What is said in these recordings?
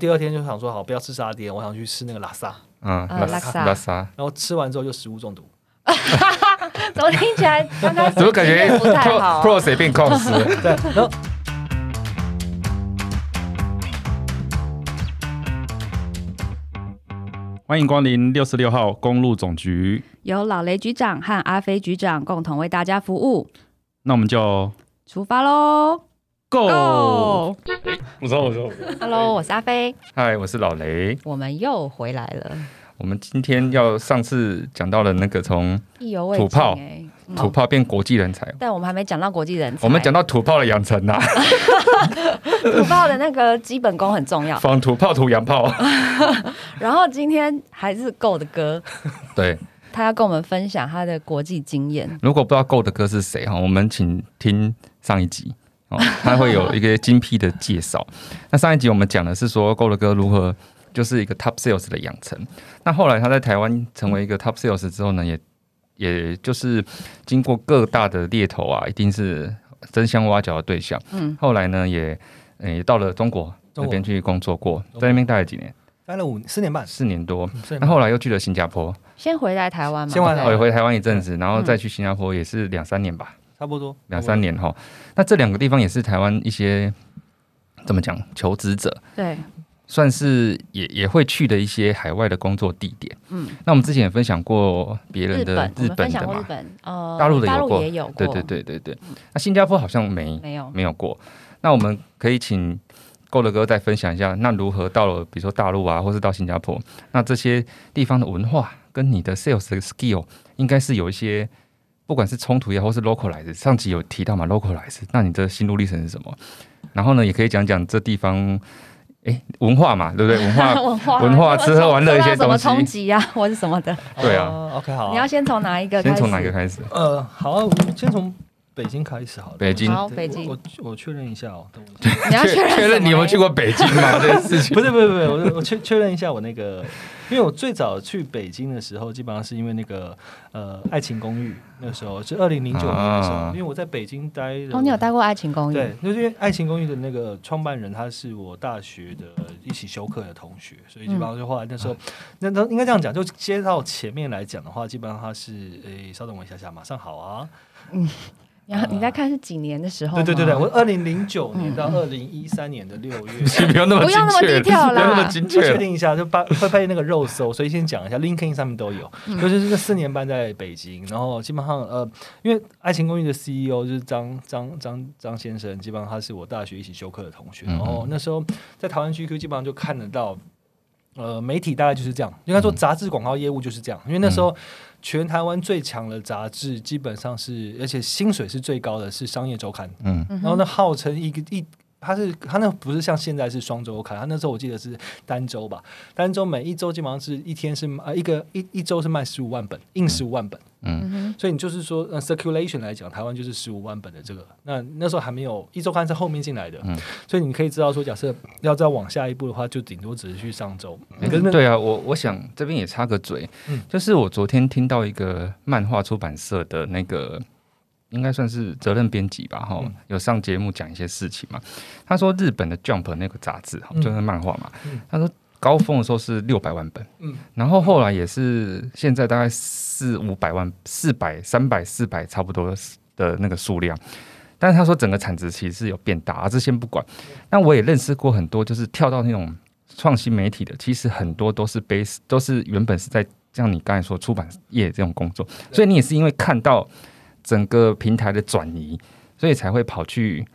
第二天就想说好，不要吃沙爹，我想去吃那个拉萨。嗯，拉呃拉萨萨拉萨，然后吃完之后就食物中毒，怎么听起来哎刚开始怎么感觉哎经验不太 pro 好？ pro 谁变控时？欢迎光临六十六号公路总局，由老雷局长和阿飞局长共同为大家服务，那我们就出发喽 Go。哦我说我说， ！Hello，我是阿飞，嗨，我是老雷。我们又回来了，我们今天要上次讲到了那个从意犹未土尽炮哎、嗯土炮变国际人才，但我们还没讲到国际人才，我们讲到土炮的养成啊，土炮的那个基本功很重 要。仿土炮土洋 炮。然后今天还是 Go 的歌，对，他要跟我们分享他的国际经验。如果不知道 Go 的歌是谁哈，我们请听上一集哦，它会有一个精辟的介绍。 那上一集我们讲的是说 Go 的歌如何就是一个 Top Sales 的养成。那后来他在台湾成为一个 Top Sales 之后呢，也也就是经过各大的猎头啊，一定是争相挖角的对象。嗯，后来呢，也呃也到了中国中那国边去工作过，国在那边待了几年，待了五四年半，四年多。嗯四年那半。后来又去了新加坡，哦先回来台湾嘛，先回来对台回湾回台湾一阵子，然后再去新加坡也是两三年吧。差不多两三，年哈。那这两个地方也是台湾一些怎么讲，求职者对，算是也也会去的一些海外的工作地点。嗯，那我们之前也分享过别人日的本，我日们分本享的过日嘛，本，呃，大陆的大有陆过，也有过，对对，对对对。那新加坡好像没没有，没有过。那我们可以请够了哥再分享一下，那如何到了比如说大陆啊，或是到新加坡，那这些地方的文化跟你的 sales 的 skill 应该是有一些，不管是冲突也好，或是 localize。上集有提到嘛，localize，那你的心路历程是什么？然后呢，也可以讲讲这地方，诶，文化嘛，对不对？文 化文化文化你有吃喝玩乐一些受到东西什么冲击啊， 或是什么的。差不多对啊哦，OK，好啊，你要先从哪一个开先始？从哪个开始？呃，好啊，我们先从北京开始好了。北京好对北京我我我确认一下哦，等我一下你要确认确认你有没有去过北京嘛？这件事情 不是不是不是，我我确确认一下我那个，因为我最早去北京的时候，基本上是因为那个呃《爱情公寓》，那个时候是二零零九年的时候，啊因为我在北京待了。哦，你有待过《爱情公寓》？对，就是因为《爱情公寓》的那个创办人，他是我大学的一起修课的同学，所以基本上就后来那时候，那那应该这样讲，就接到前面来讲的话，基本上他是诶、稍等我一下下，马上好啊。你要你在看是几年的时候吗？对对对对，我二零零九年到二零一三年的六月。你不用那么不精要那么确，低调不要那么啦精就确确。定一下，就八会被那个肉搜，所以先讲一下，LinkedIn 上面都有，就是这四年半在北京，然后基本上呃，因为《爱情公寓》的 CEO 就是张张张张先生，基本上他是我大学一起修课的同学，嗯嗯然后那时候在台湾 GQ 基本上就看得到，呃，媒体大概就是这样，应该说杂志广告业务就是这样，因为那时嗯候。全台湾最强的杂志基本上是，而且薪水是最高的，是《商业周刊》。嗯，嗯哼，然后那号称一个一，他是他那不是像现在是双周刊，他那时候我记得是单周吧，单周每一周基本上是一天是呃一个一一周是卖十五万本，印十五万本，嗯哼，所以你就是说呃 circulation 来讲，台湾就是十五万本的这个，那那时候还没有一周刊是后面进来的，嗯所以你可以知道说，假设要再往下一步的话，就顶多只是去上周，欸嗯可是那对啊，我我想这边也插个嘴，嗯就是我昨天听到一个漫画出版社的那个，应该算是责任编辑吧，哈、嗯有上节目讲一些事情嘛。他说日本的 Jump 那个杂志，齁嗯就是漫画嘛，嗯他说高峰的时候是六百万本，嗯然后后来也是现在大概四五百万、四百、三百、四百差不多的那个数量。但是他说整个产值其实是有变大，啊，这先不管。那我也认识过很多，就是跳到那种创新媒体的，其实很多都是 base 都是原本是在像你刚才说出版业这种工作，所以你也是因为看到整个平台的转移，所以才会跑去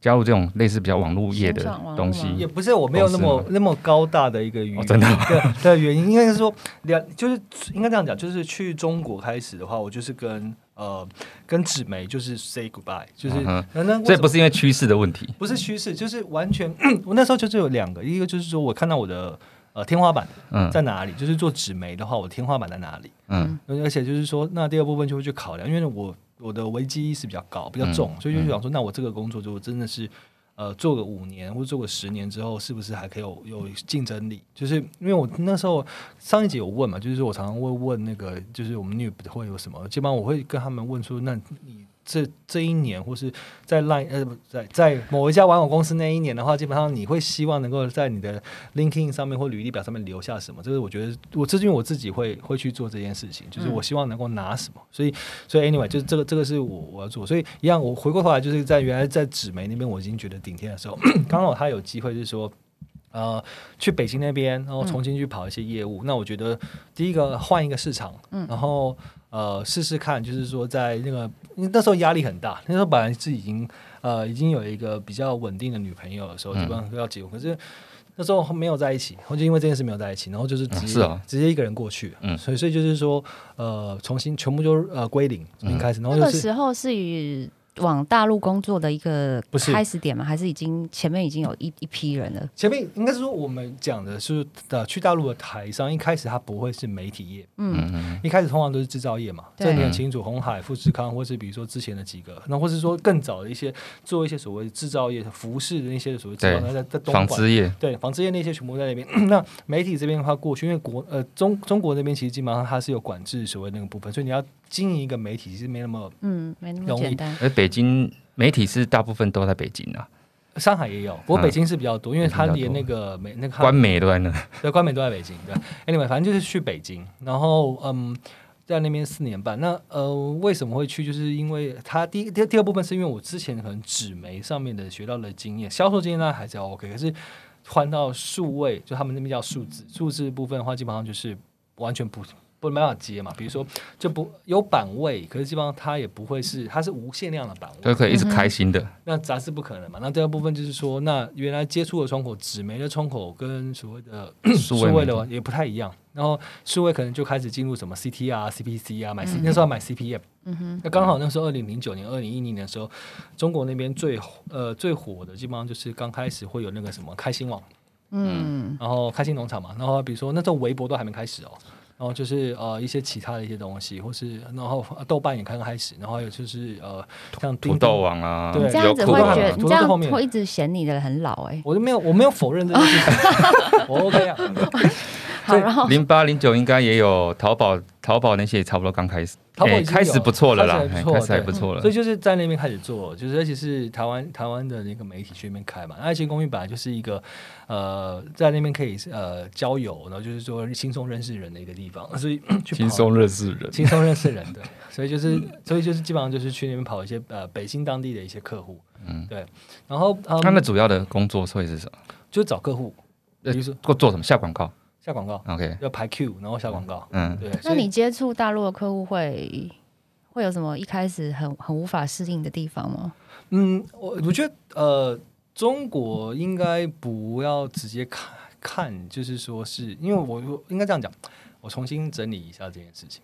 加入这种类似比较网络业的新创网络啊东西吗。也不是我没有那么公司那么高大的一个语言、哦真的 对的原因，应该是说两就是应该这样讲，就是去中国开始的话，我就是跟呃跟纸媒就是 say goodbye，就是、嗯哼那那为所什以不么是因为趋势的问题，不是趋势，就是完全 我那时候就是有两个，一个就是说我看到我的呃天花板嗯在哪里，就是做纸媒的话，我天花板在哪里。嗯而且就是说，那第二部分就会去考量，因为我我的危机意识比较高，比较重，嗯所以就想说，那我这个工作就真的是，呃，做个五年或者做个十年之后，是不是还可以有有竞争力？就是因为我那时候上一集有问嘛，就是我常常会问那个，就是我们 n e 会有什么，基本上我会跟他们问说，那你。这这一年，或是在 Line 呃不在在某一家玩偶公司那一年的话，基本上你会希望能够在你的 LinkedIn 上面或履历表上面留下什么？这是我觉得我这是因为我自己会会去做这件事情，就是我希望能够拿什么。所以所以 anyway 就是这个这个是我我要做，所以一样我回过头来就是在原来在纸媒那边我已经觉得顶天的时候， 刚好他有机会是说。呃，去北京那边，然后重新去跑一些业务。那我觉得第一个换一个市场，然后呃试试看，就是说在那个因为那时候压力很大，那时候本来是已经呃已经有一个比较稳定的女朋友的时候，基本上要结婚，可是那时候没有在一起，我就因为这件事没有在一起，然后就是直接、嗯是哦直接一个人过去，嗯所以所以就是说呃重新全部就呃归零，重嗯新开始，然后那就个是时候是与往大陆工作的一个不是开始点吗？还是已经前面已经有一一批人了？前面应该是说我们讲的是呃去大陆的台商，一开始他不会是媒体业，嗯嗯一开始通常都是制造业嘛，对这你很清楚，红海、富士康，或是比如说之前的几个，那或是说更早的一些做一些所谓制造业、服饰的那些所谓制造，对那在在东纺莞。织业，对，纺织业那些全部在那边。 那媒体这边的话，过去因为国呃中中国那边其实基本上它是有管制所谓那个部分，所以你要经营一个媒体其实没那么，嗯，没那么容易简单。而呃北京媒体是大部分都在北京啊，上海也有，不过嗯北京是比较多，因为它北连京比较多那个美那个官媒都在那。对，关美都在北京。对，anyway，反正就是去北京，然后嗯，在那边四年半。那呃，为什么会去？就是因为他第一第第二部分是因为我之前可能纸媒上面的学到的经验，销售经验当然还是要 OK，可是换到数位，就他们那边叫数字，数字部分的话，基本上就是完全不。不没办法接嘛，比如说就不有版位，可是基本上它也不会是，它是无限量的版位，都可以一直嗯开心的，那杂志不可能嘛。那第二部分就是说，那原来接触的窗口，纸媒的窗口跟所谓 的数数位媒体位的也不太一样。然后数位可能就开始进入什么 CT 啊、CPC 啊，买嗯 C、那时候要买 CPM。那刚好那时候二零零九年、二零一零年的时候，中国那边最呃最火的，基本上就是刚开始会有那个什么开心网，嗯，然后开心农场嘛，然后比如说那时候微博都还没开始哦，然后就是呃一些其他的一些东西，或是然后呃豆瓣也刚刚开始，然后还有就是呃像土土豆网啊，对你这样子优酷会啊觉得，土你豆这在样后面会一直嫌你的很老哎、我就没有，我没有否认这件事情，我 OK 啊。好，然后零八零九应该也有淘宝，淘宝那些也差不多刚开始，淘宝已经哎有开始不错了啦，开始哎还不错开始还不错了所以。就是在那边开始做，就是而且是台湾台湾的那个媒体去那边开嘛。那爱情公寓本来就是一个呃，在那边可以呃交友，然后就是说轻松认识人的一个地方，所以去跑认识人，轻松认识人，对。所以就是所以就是基本上就是去那边跑一些呃北京当地的一些客户，嗯，对。然后嗯，他们主要的工作会是什么？就找客户，比如说做做什么？下广告下广告， ？OK，要排 Q，然后下广告，嗯，对。那所以你接触大陆的客户会会有什么一开始很很无法适应的地方吗？嗯，我我觉得呃，中国应该不要直接看看，就是说是因为我我应该这样讲，我重新整理一下这件事情。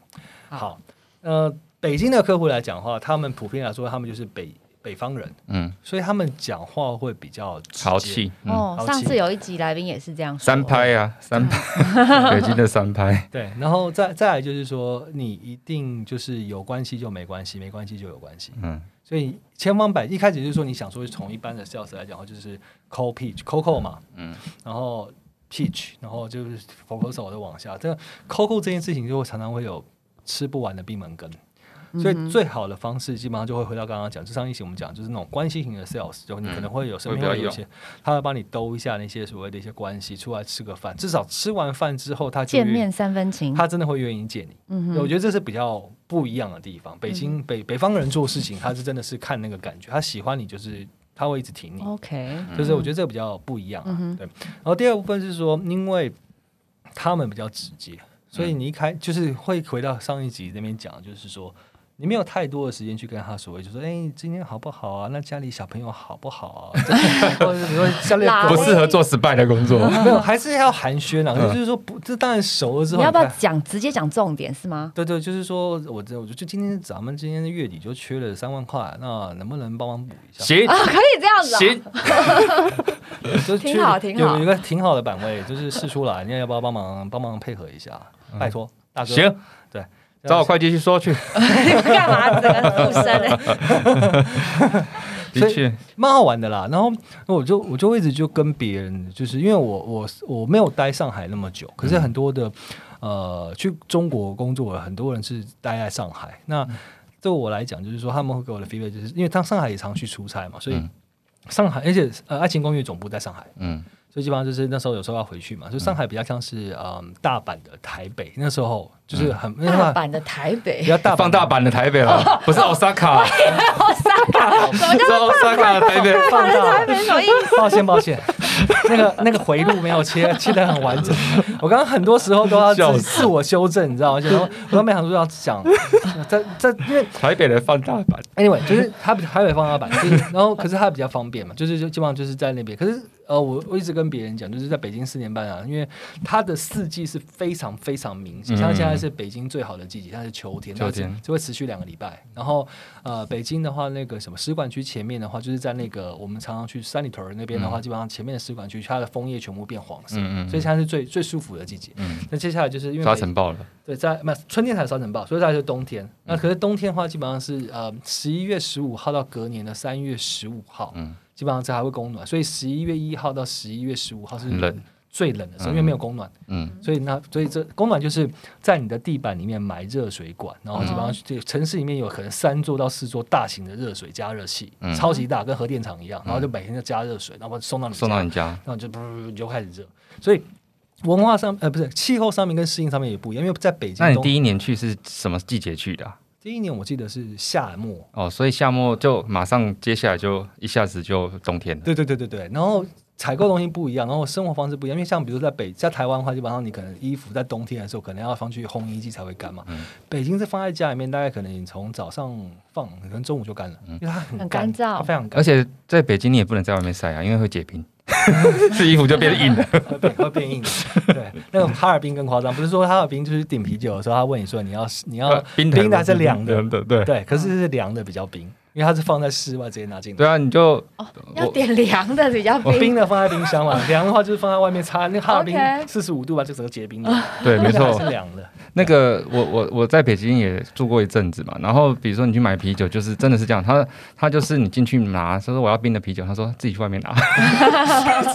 好好，呃，北京的客户来讲的话，他们普遍来说，他们就是北北方人，嗯，所以他们讲话会比较直接豪。气，嗯，哦好，奇上次有一集来宾也是这样说，三拍啊，三拍， 北京的三拍，对，然后再再来就是说，你一定就是有关系就没关系，没关系就有关系。嗯，所以千方百一开始就是说你想说从一般的 sales 来讲，就是 cold pitch coco 嘛，嗯嗯，然后 pitch，然后就是 proposal 的往下，这个 coco 这件事情就会常常会有吃不完的闭门羹。嗯所以最好的方式基本上就会回到刚刚讲，就上一期我们讲就是那种关系型的 sales，就你可能嗯会有身边会会比较有一些，他会帮你兜一下那些所谓的一些关系，出来吃个饭，至少吃完饭之后他就见愿意面三分情，他真的会愿意见你。嗯我觉得这是比较不一样的地方。北京北北方人做事情，他是真的是看那个感觉，他喜欢你就是他会一直挺你， ，OK，就是我觉得这个比较不一样啊。哦嗯哼对，然后第二部分是说，因为他们比较直嗯接，所以你一开就是会回到上一集那边讲，就是说。你没有太多的时间去跟他所谓，就说哎、今天好不好啊？那家里小朋友好不好 啊？或者是说家里的啦狗 不适合做 spy 的工作，没有，还是要寒暄啊。嗯就是说不，这当然熟了之你后，要不要看讲直接讲重点是吗？ 对对，就是说，我这我就就今天咱们今天月底就缺了三万块，那能不能帮忙补一下？行啊，可以这样子、啊，行，就是挺缺好挺好有有一个挺好的版位，就是试出来，你要不要帮忙帮忙配合一下？拜托，大哥，行，对，找我会计去说去，你们干嘛整个附身呢、 的确，蛮好玩的啦。然后我就我就一直就跟别人，就是因为我我我没有待上海那么久，可是很嗯多的、呃去中国工作的很多人是待在上海，那对我来讲，就是说他们会给我的 feedback，就是因为他上海也常去出差嘛，所以嗯上海，而且呃，爱情公寓总部在上海，嗯所以基本上就是那时候有时候要回去嘛，所以上海比较像是嗯大阪的台北，那时候就是很因为大它阪的台北比，较大阪嗯放大。版的台 北了，不是 Osaka，哦不是什么叫 Osaka 的台北。放大台北什么意抱歉抱歉， 那个那个回路没有切切的很完整。我刚刚很多时候都要笑自死自我修正，你知道吗？然后我都没想说要讲，这这因为台北人放大版， anyway 就是它比台北放大版，就是然后可是它比较方便嘛，就是就基本上就是在那边。可是呃，我我一直跟别人讲，就是在北京四年半啊，因为它的四季是非常非常明显，嗯像现在是北京最好的季节，它是秋天，秋天就会持续两个礼拜。然后呃，北京的话，那个什么使馆区前面的话，就是在那个我们常常去三里屯儿那边的话，基本上前面的使馆区它的枫叶全部变黄色，嗯嗯嗯嗯所以现在是最最舒服的季节。嗯，那接下来就是因为沙北尘暴了，对，在没有春天才有沙尘暴，所以大概就是冬天。嗯那可是冬天的话，基本上是呃十一月十五号到隔年的三月十五号，嗯基本上这还会供暖。所以十一月一号到十一月十五号是很冷，最冷的时候，嗯因为没有供暖，嗯所以那所以这供暖就是在你的地板里面埋热水管，然后基本上嗯这个城市里面有可能三座到四座大型的热水加热器，嗯超级大，跟核电厂一样，然后就每天就加热水，然后送到你家送到你家，然后你就噗噗噗你就开始热，所以。文化上，呃，不是气候上面跟适应上面也不一样，因为在北京冬那天。你第一年去是什么季节去的啊？第一年我记得是夏末，哦，所以夏末就马上接下来就一下子就冬天了，对对对对对，然后。采购东西不一样，然后生活方式不一样，因为像比如在北在台湾的话，基本上你可能衣服在冬天的时候可能要放去烘衣机才会干嘛。嗯北京是放在家里面，大概可能你从早上放，可能中午就干嗯了，因为它很很干干燥它非常干而，且在北京你也不能在外面晒啊，因为会 结冰，是衣服就变硬了。会变会变硬。对，那个哈尔滨更夸张，不是说哈尔滨就是顶啤酒的时候，他问你说你要你要呃冰哦冰的还是凉的？的，对对，可是是凉的比较冰，因为它是放在室外直接拿进来。对啊，你就哦，要点凉的比较我冰冰。的放在冰箱 嘛，凉的话就是放在外面擦。那个哈尔滨 OK 四十五度吧，就整个结冰了。对，没那个错还，是凉的。那个我我我在北京也住过一阵子嘛，然后比如说你去买啤酒，就是真的是这样，他他就是你进去拿，他说我要冰的啤酒，他说自己去外面拿，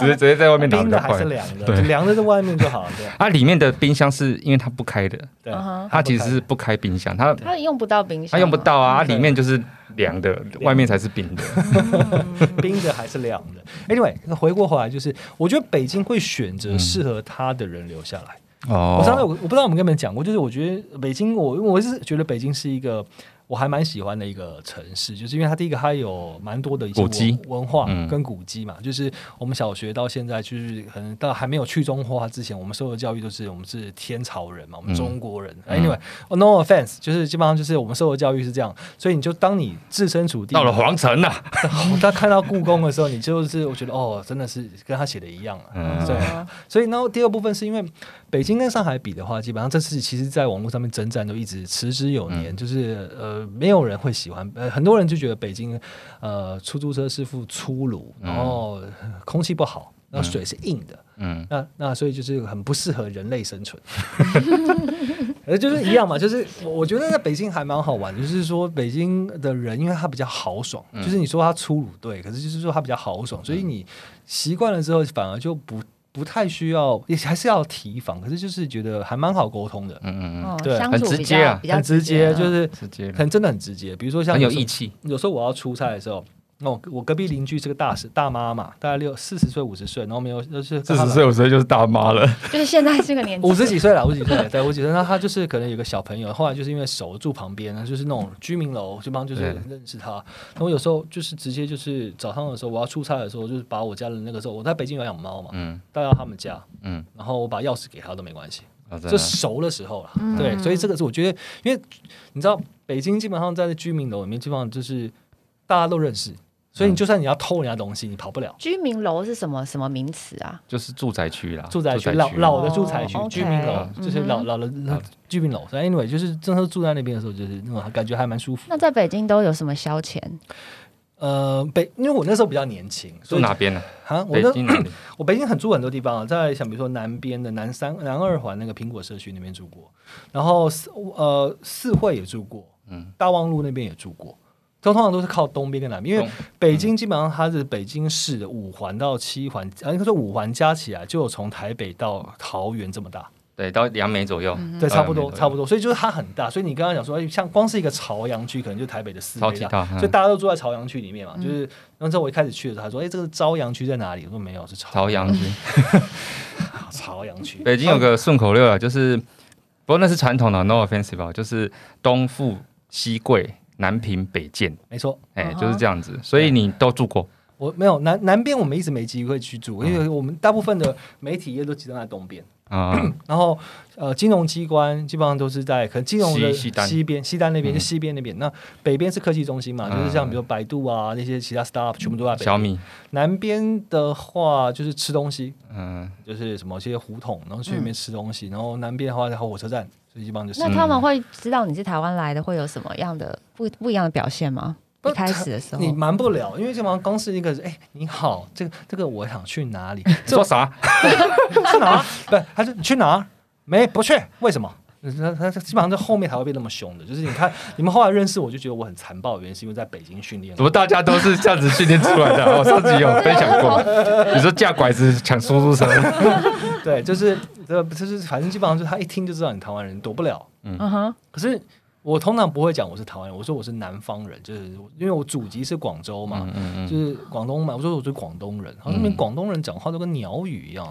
直接直接在外面拿冰比较的还快是。凉的，对就凉的在外面就好了。它里面的冰箱是因为它不开的，对对，嗯哼它其实是不开冰箱，它他用不到冰箱，它用不。到啊，它对里面就是凉的，外面才是冰的。冰的还是凉的。Anyway，那回过头来就是，我觉得北京会选嗯择适合他的人留下来。 哦我上次我我不知道我们跟你们讲过，就是我觉得北京，我我是觉得北京是一个我还蛮喜欢的一个城市，就是因为它第一个它有蛮多的一些古迹文文化嗯跟古迹嘛，就是我们小学到现在就是可能到还没有去中化之前，我们受的教育就是我们是天朝人嘛，我们嗯中国人。嗯 anyway，、哦 no offense，就是基本上就是我们受的教育是这样，所以你就当你置身处地到了皇城啊了， 他看到故宫的时候，你就是我觉得哦，真的是跟他写的一样了、嗯对，所以，然后第二部分是因为北京跟上海比的话，基本上这次其实在网络上面征战都一直持之有年，就是呃，没有人会喜欢，呃，很多人就觉得北京呃出租车师傅粗鲁，然后呃空气不好，然后水是硬的，嗯，那那所以就是很不适合人类生存。 呃，就是一样嘛，就是我我觉得在北京还蛮好玩的，就是说北京的人，因为他比较豪爽，嗯就是你说他粗鲁对，可是就是说他比较豪爽，所以你习惯了之后，反而就不不太需要，也还是要提防，可是就是觉得还蛮好沟通的，嗯哦嗯对相很处直比接啊嗯较比较很直接，就是直接了很真的很直接。比如说像很有时候义气，有时候我要出差的时候，那我我隔壁邻居是个大婶大妈嘛，大概六四十岁五十岁，然后没有就是跟她老五十岁就是大妈了。就是现在这个年 纪，五十几岁了，五十几岁了，对，五十几岁。那他就是可能有个小朋友，后来就是因为熟住旁边，就是那种居民楼，这帮就是对认识他。然后有时候就是直接就是早上的时候，我要出差的时候，就是把我家的那个时候我在北京有养猫嘛，嗯带到他们家，嗯，然后我把钥匙给他都没关系，哦真就的熟的时候了。嗯对，所以这个是我觉得，因为你知道北京基本上在居民楼里面，基本上就是大家都认识，所以嗯你就算你要偷人家东西，你跑不了。居民楼是什么什么名词啊？就是住宅区嗯啦，住宅区老老的住宅区哦，居民楼，OK，就是老老的老居民楼。所以 anyway，就是真的住在那边的时候，就是那种感觉还蛮舒服。那在北京都有什么消遣？呃，北，因为我那时候比较年轻，住所以哪边呢？啊，我北那京哪里？我北京很住很多地方啊，在像比如说南边的南三南二环那个苹果社区那边住过，然后四呃四惠也住过，嗯，大望路那边也住过。都通常都是靠东边跟南边，因为东嗯北京基本上它是北京市的五环到七环，啊，应该说五环加起来就有从台北到桃园这么大。 对，到两美左右，嗯对，到差不两多，美左右差不多。所以就是它很大，所以你刚刚讲说，哎像光是一个朝阳区，可能就台北的四超倍级大，大，嗯所以大家都住在朝阳区里面嘛。就是那时候我一开始去的时候，他说：“哎，这个朝阳区在哪里？”我说：“没有，是朝朝阳区。 朝阳区。” 北京有个顺口溜啊，就是不过那是传统的，no offensive 啊，就是东富西贵，南平北建，没错，哎、嗯哼就是这样子。所以你都住过，我没有南南边，我们一直没机会去住，因为我们大部分的媒体业都集中在东边，嗯啊、 然后呃，金融机关基本上都是在可能金融的西西单西边、西单那边嗯就西边那边。那北边是科技中心嘛，就是像比如百度啊那些其他 startup 全部都在北小边。米，南边的话就是吃东西，嗯、就是什么一些胡同，然后去里面吃东西，然后南边的话然后火车站，所以基本上就是那他们会知道你是台湾来的，会有什么样的不不一样的表现吗？不一开始的时候你，瞒不了，因为基本上光是一个哎、你好，这个这个我想去哪里？ 说啥？去哪儿？不，他说你去哪儿？没不去，为什么？他他他基本上在后面才会变那么凶的，就是你看你们后来认识我就觉得我很残暴，原因是因为在北京训练怎。么大家都是这样子训练出来 的啊？我上次有分享 过，你说架拐子抢出租 车，对，就是呃就是反正基本上就是他一听就知道你台湾人，躲不了。嗯哼，可是我通常不会讲我是台湾人，我说我是南方人，就是因为我祖籍是广州嘛，嗯就是广东嘛，我说我是广东人，好像你们广东人讲话都跟鸟语 一样，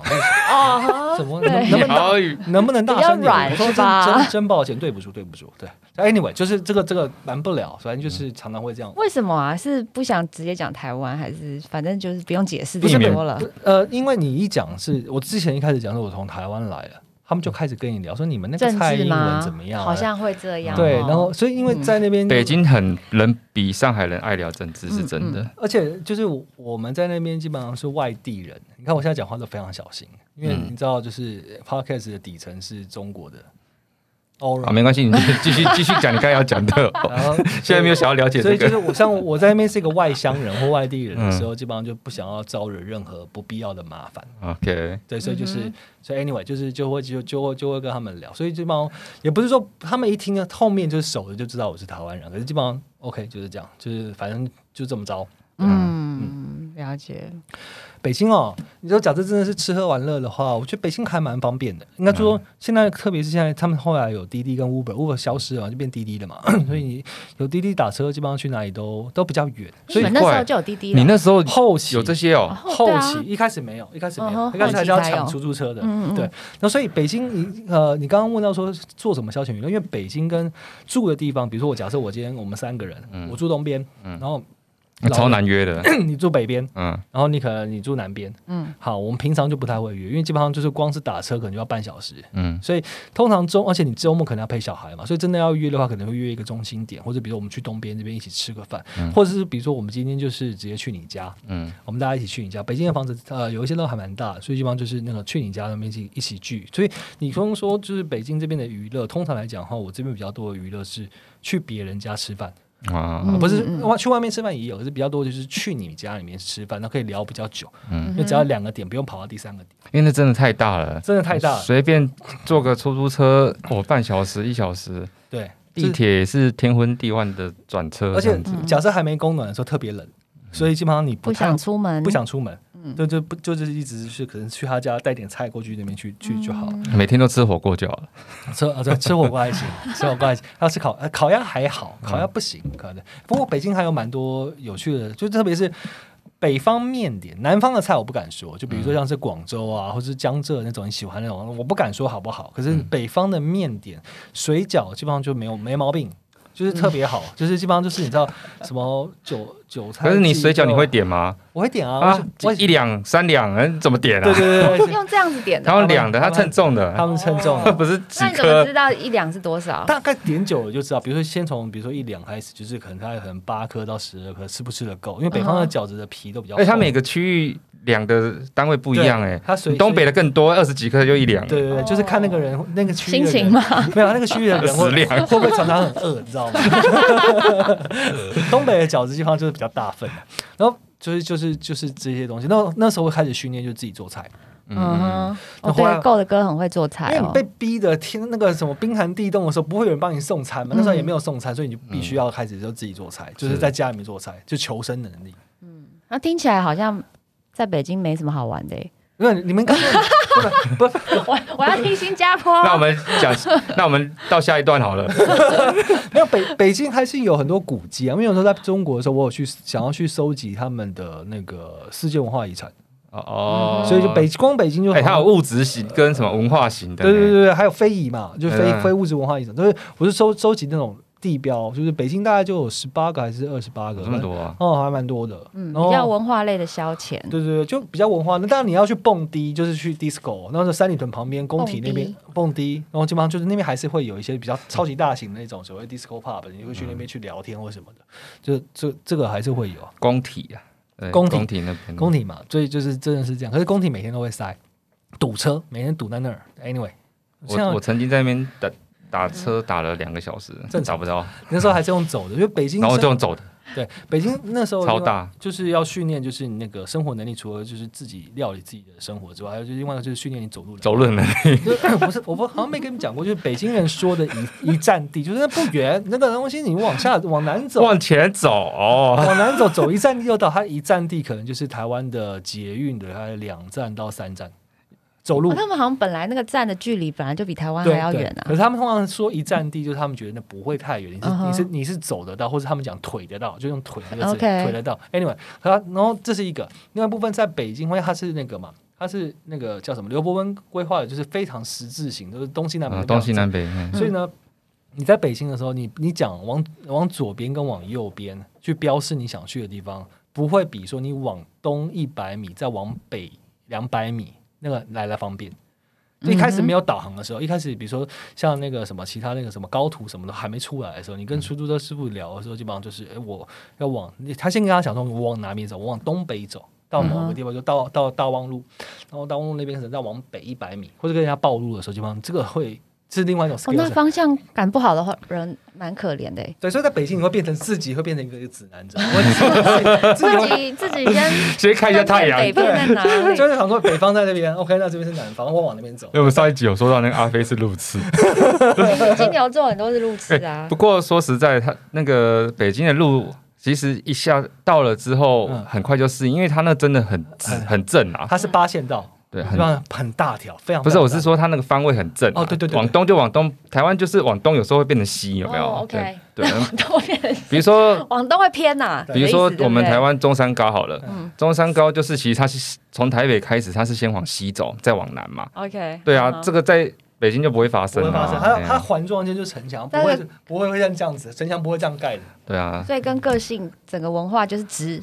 哦，怎么能能对不能大好语能不能大比较声点？软我说是真吧真真抱歉，对不住，对不住，对。Anyway，就是这个这个瞒不了，反正嗯就是常常会这样。为什么啊？是不想直接讲台湾，还是反正就是不用解释避太免多了？呃，因为你一讲是我之前一开始讲说我从台湾来的，他们就开始跟你聊说你们那个政蔡治英吗？文怎么样啊？好像会这样哦。对，然后所以因为在那边嗯北。京很人比上海人爱聊政治是真的，而且就是我我们在那边基本上是外地人，你看我现在讲话都非常小心，因为嗯你知道，就是呃 podcast 的底层是中国的 o r 好，没关系，你 继续继续讲你刚才要讲的。然后 哦现在没有想要了解所这以就是个，我像我在那边是一个外乡人或外地人的嗯时候，基本上就不想要招惹任何不必要的麻烦。 OK，对，所以就是，嗯哼所以 anyway，就是就会就就会就会跟他们聊，所以基本上也不是说他们一听呢，后面就是熟的就知道我是台湾人，可是基本上 OK 就是这样，就是反正就这么着。嗯，了解。北京哦，你说假设真的是吃喝玩乐的话，我觉得北京还蛮方便的。应该说嗯现在，特别是现在他们后来有滴滴跟 Uber，Uber 消失了嘛就变滴滴了 嘛，所以你有滴滴打车，基本上去哪里都都比较远。所以你们那时怪候就有滴滴嗯你了。那时候后期有这些哦，哦后对啊期、一开始没有，一开始没有，嗯哼一开始还是要抢后期才出有租车的。嗯嗯嗯对，那所以北京你呃，你刚刚问到说做什么消遣娱乐，因为北京跟住的地方，比如说我假设我今天我们三个人，嗯我住东边，然后老 超难啊约的，你住北边，嗯，然后你可能你住南边。嗯，好，我们平常就不太会约，因为基本上就是光是打车可能就要半小时，嗯所以通常周，而且你周末可能要陪小孩嘛，所以真的要约的话，可能会约一个中心点，或者比如我们去东边这边一起吃个饭，或者是比如说我们今天就是直接去你家，嗯，我们大家一起去你家。北京的房子呃有一些都还蛮大的，所以基本上就是那个去你家那边一起一起聚。所以你刚刚说就是北京这边的娱乐，通常来讲的话，我这边比较多的娱乐是去别人家吃饭，啊，嗯不是外去外面吃饭也有，可是比较多就是去你家里面吃饭，那可以聊比较久，嗯因为只要两个点不用跑到第三个点，因为那真的太大了，真的太大了。随便坐个出租车，哦，半小时一小时，对，地铁也是天昏地暗的转车，而且这样子嗯假设还没供暖的时候特别冷，所以基本上你不不太想嗯出门，不 想出门，对对不就是一直是可能去他家带点菜过去那边去去就好了。嗯每天都吃火锅就好了。吃啊对吃火锅还行，吃火锅还行，还要吃烤呃烤鸭还好，烤鸭不行，可能。不过北京还有蛮多有趣的，就特别是。北方面点，南方的菜我不敢说，就比如说像是广州啊，或是江浙那种你喜欢那种，我不敢说好不好。可是北方的面点、水饺基本上就没有没毛病，就是特别好，就是基本上就是你知道什么韭韭菜。可是你水饺你会，点吗？我会点啊，啊我，我一两三两，嗯，怎么点对啊？对对对，用这样子 点他的。们两的，他称重他的，们称重了。 不是几那你怎么颗知道一两是多少？大概点久了就知道，比如说先从比如说一两开始，就是可能它可能八颗到十二颗，吃不吃得够？因为北方的嗯哼饺子的皮都比较厚，哎，它每个区域量的单位不一样哎、它随东北的更多，二十几颗就一两，对对对，哦就是看那个人那个区域心的人情吗？没有那个区域的人会 食量会不会常常很饿，你知道 吗？东北的饺子地方就是比较大份，然后就是就是就是这些东西。那那时候开始训练就自己做菜，嗯哼，那哦后来对，够的哥很会做因菜为你哦。被逼的天那个什么冰寒地冻的时候，不会有人帮你送餐嘛？那时候也没有送餐，所以你就必须要开始就自己做菜，就是在家里面做菜，就求生能力。 那听起来好像在北京没什么好玩的耶，因为你们刚刚我我要听新加坡。那我们 讲，那我们到下一段好了。没有北北京还是有很多古迹啊，因为有时候在中国的时候，我有去想要去收集他们的那个世界文化遗产，哦，所以就北光北京就哎，好它像有物质型跟什么文化型的呢，对对对对，还有非遗嘛，就是非对啊非物质文化遗产，就是我是收收集那种地标，就是北京大概就有十八个还是二十八个，有这么多啊？哦，还蛮多的。嗯，然后比较文化类的消遣，对对对，就比较文化。那当然你要去蹦迪，就是去 disco，那时候三里屯旁边工体那边蹦迪，然后基本上就是那边还是会有一些比较超级大型的那种所谓 disco pub，你会去嗯那边去聊天或什么的，就这这个还是会有啊。工体啊，对工体工体那边，工体嘛，所以就是真的是这样。可是工体每天都会塞，堵车，每天堵在那儿。Anyway，我像我曾经在那边打打车打了两个小时，正常找不到，那时候还是用走的，因为北京然后是就用走的，对北京那时候超大，就是要训练，就是你那个生活能力，除了就是自己料理自己的生活之外，还有就是另外一个就是训练你走路的。走路呢， 就是不是，我不好像没跟你们讲过，就是北京人说的一一站地，就是那不远，那个东西你往下往南 走，往前走，哦往南走走一站地就到，它一站地可能就是台湾的捷运的，它两站到三站，走路哦，他们好像本来那个站的距离本来就比台湾对还要远对啊可。是他们通常说一站地，就是他们觉得那不会太远，你是、嗯哼你是你是走得到，或者他们讲腿得到，就用腿那个字 OK 腿得到。Anyway，和然后这是一个，另外一部分在北京，因为它是那个嘛，它是那个叫什么？刘伯温规划的就是非常实质型，就是东西南北、啊东西南。北，嗯所以呢，你在北京的时候，你你讲往往左边跟往右边去标示你想去的地方，不会比说你往东一百米再往北两百米那个来来方便。就一开始没有导航的时候，一开始比如说像那个什么其他那个什么高途什么的还没出来的时候，你跟出租车师傅聊的时候，基本上就是，哎，我要往他先跟他讲说，我往哪边走，我往东北走，到某个地方就到到大望路，然后大望路那边可能再往北一百米，或者跟人家暴露的时候，基本上这个会是另外一种 skill 哦， set。那方向感不好的话，人蛮可怜的欸。对，所以在北京你会变成自己会变成一个指南 针，我自自己会己自己 先先看一下太北阳。方在哪里？就是想说北方在这边，OK，那这边是南方，我往那边走因。为我们上一集有说到那个阿飞是路痴，金牛座很多是路痴啊 不。过说实在，他那个北京的路其实一下到了之后，嗯很快就适应，因为它那真的很直嗯很正啊，它是八线道，对，对很吧？很大条，非常不是，大我是说它那个方位很正啊、哦对对对对往东就往东，台湾就是往东，有时候会变成西， 有没有、哦，OK 对，对往东 边，比如说，往东会偏呐。比如说你的意思我们台，对湾中山高好了，嗯中山高就是其实它是从台北开始，它是先往西走，再往南嘛。不对 OK。对啊，嗯这个在北京就不会发不生会了、发啊生，。它对啊它环状间就是城墙，不但会是不会会像这样子，城墙不会这样盖的。对啊，所以跟个性、整个文化就是直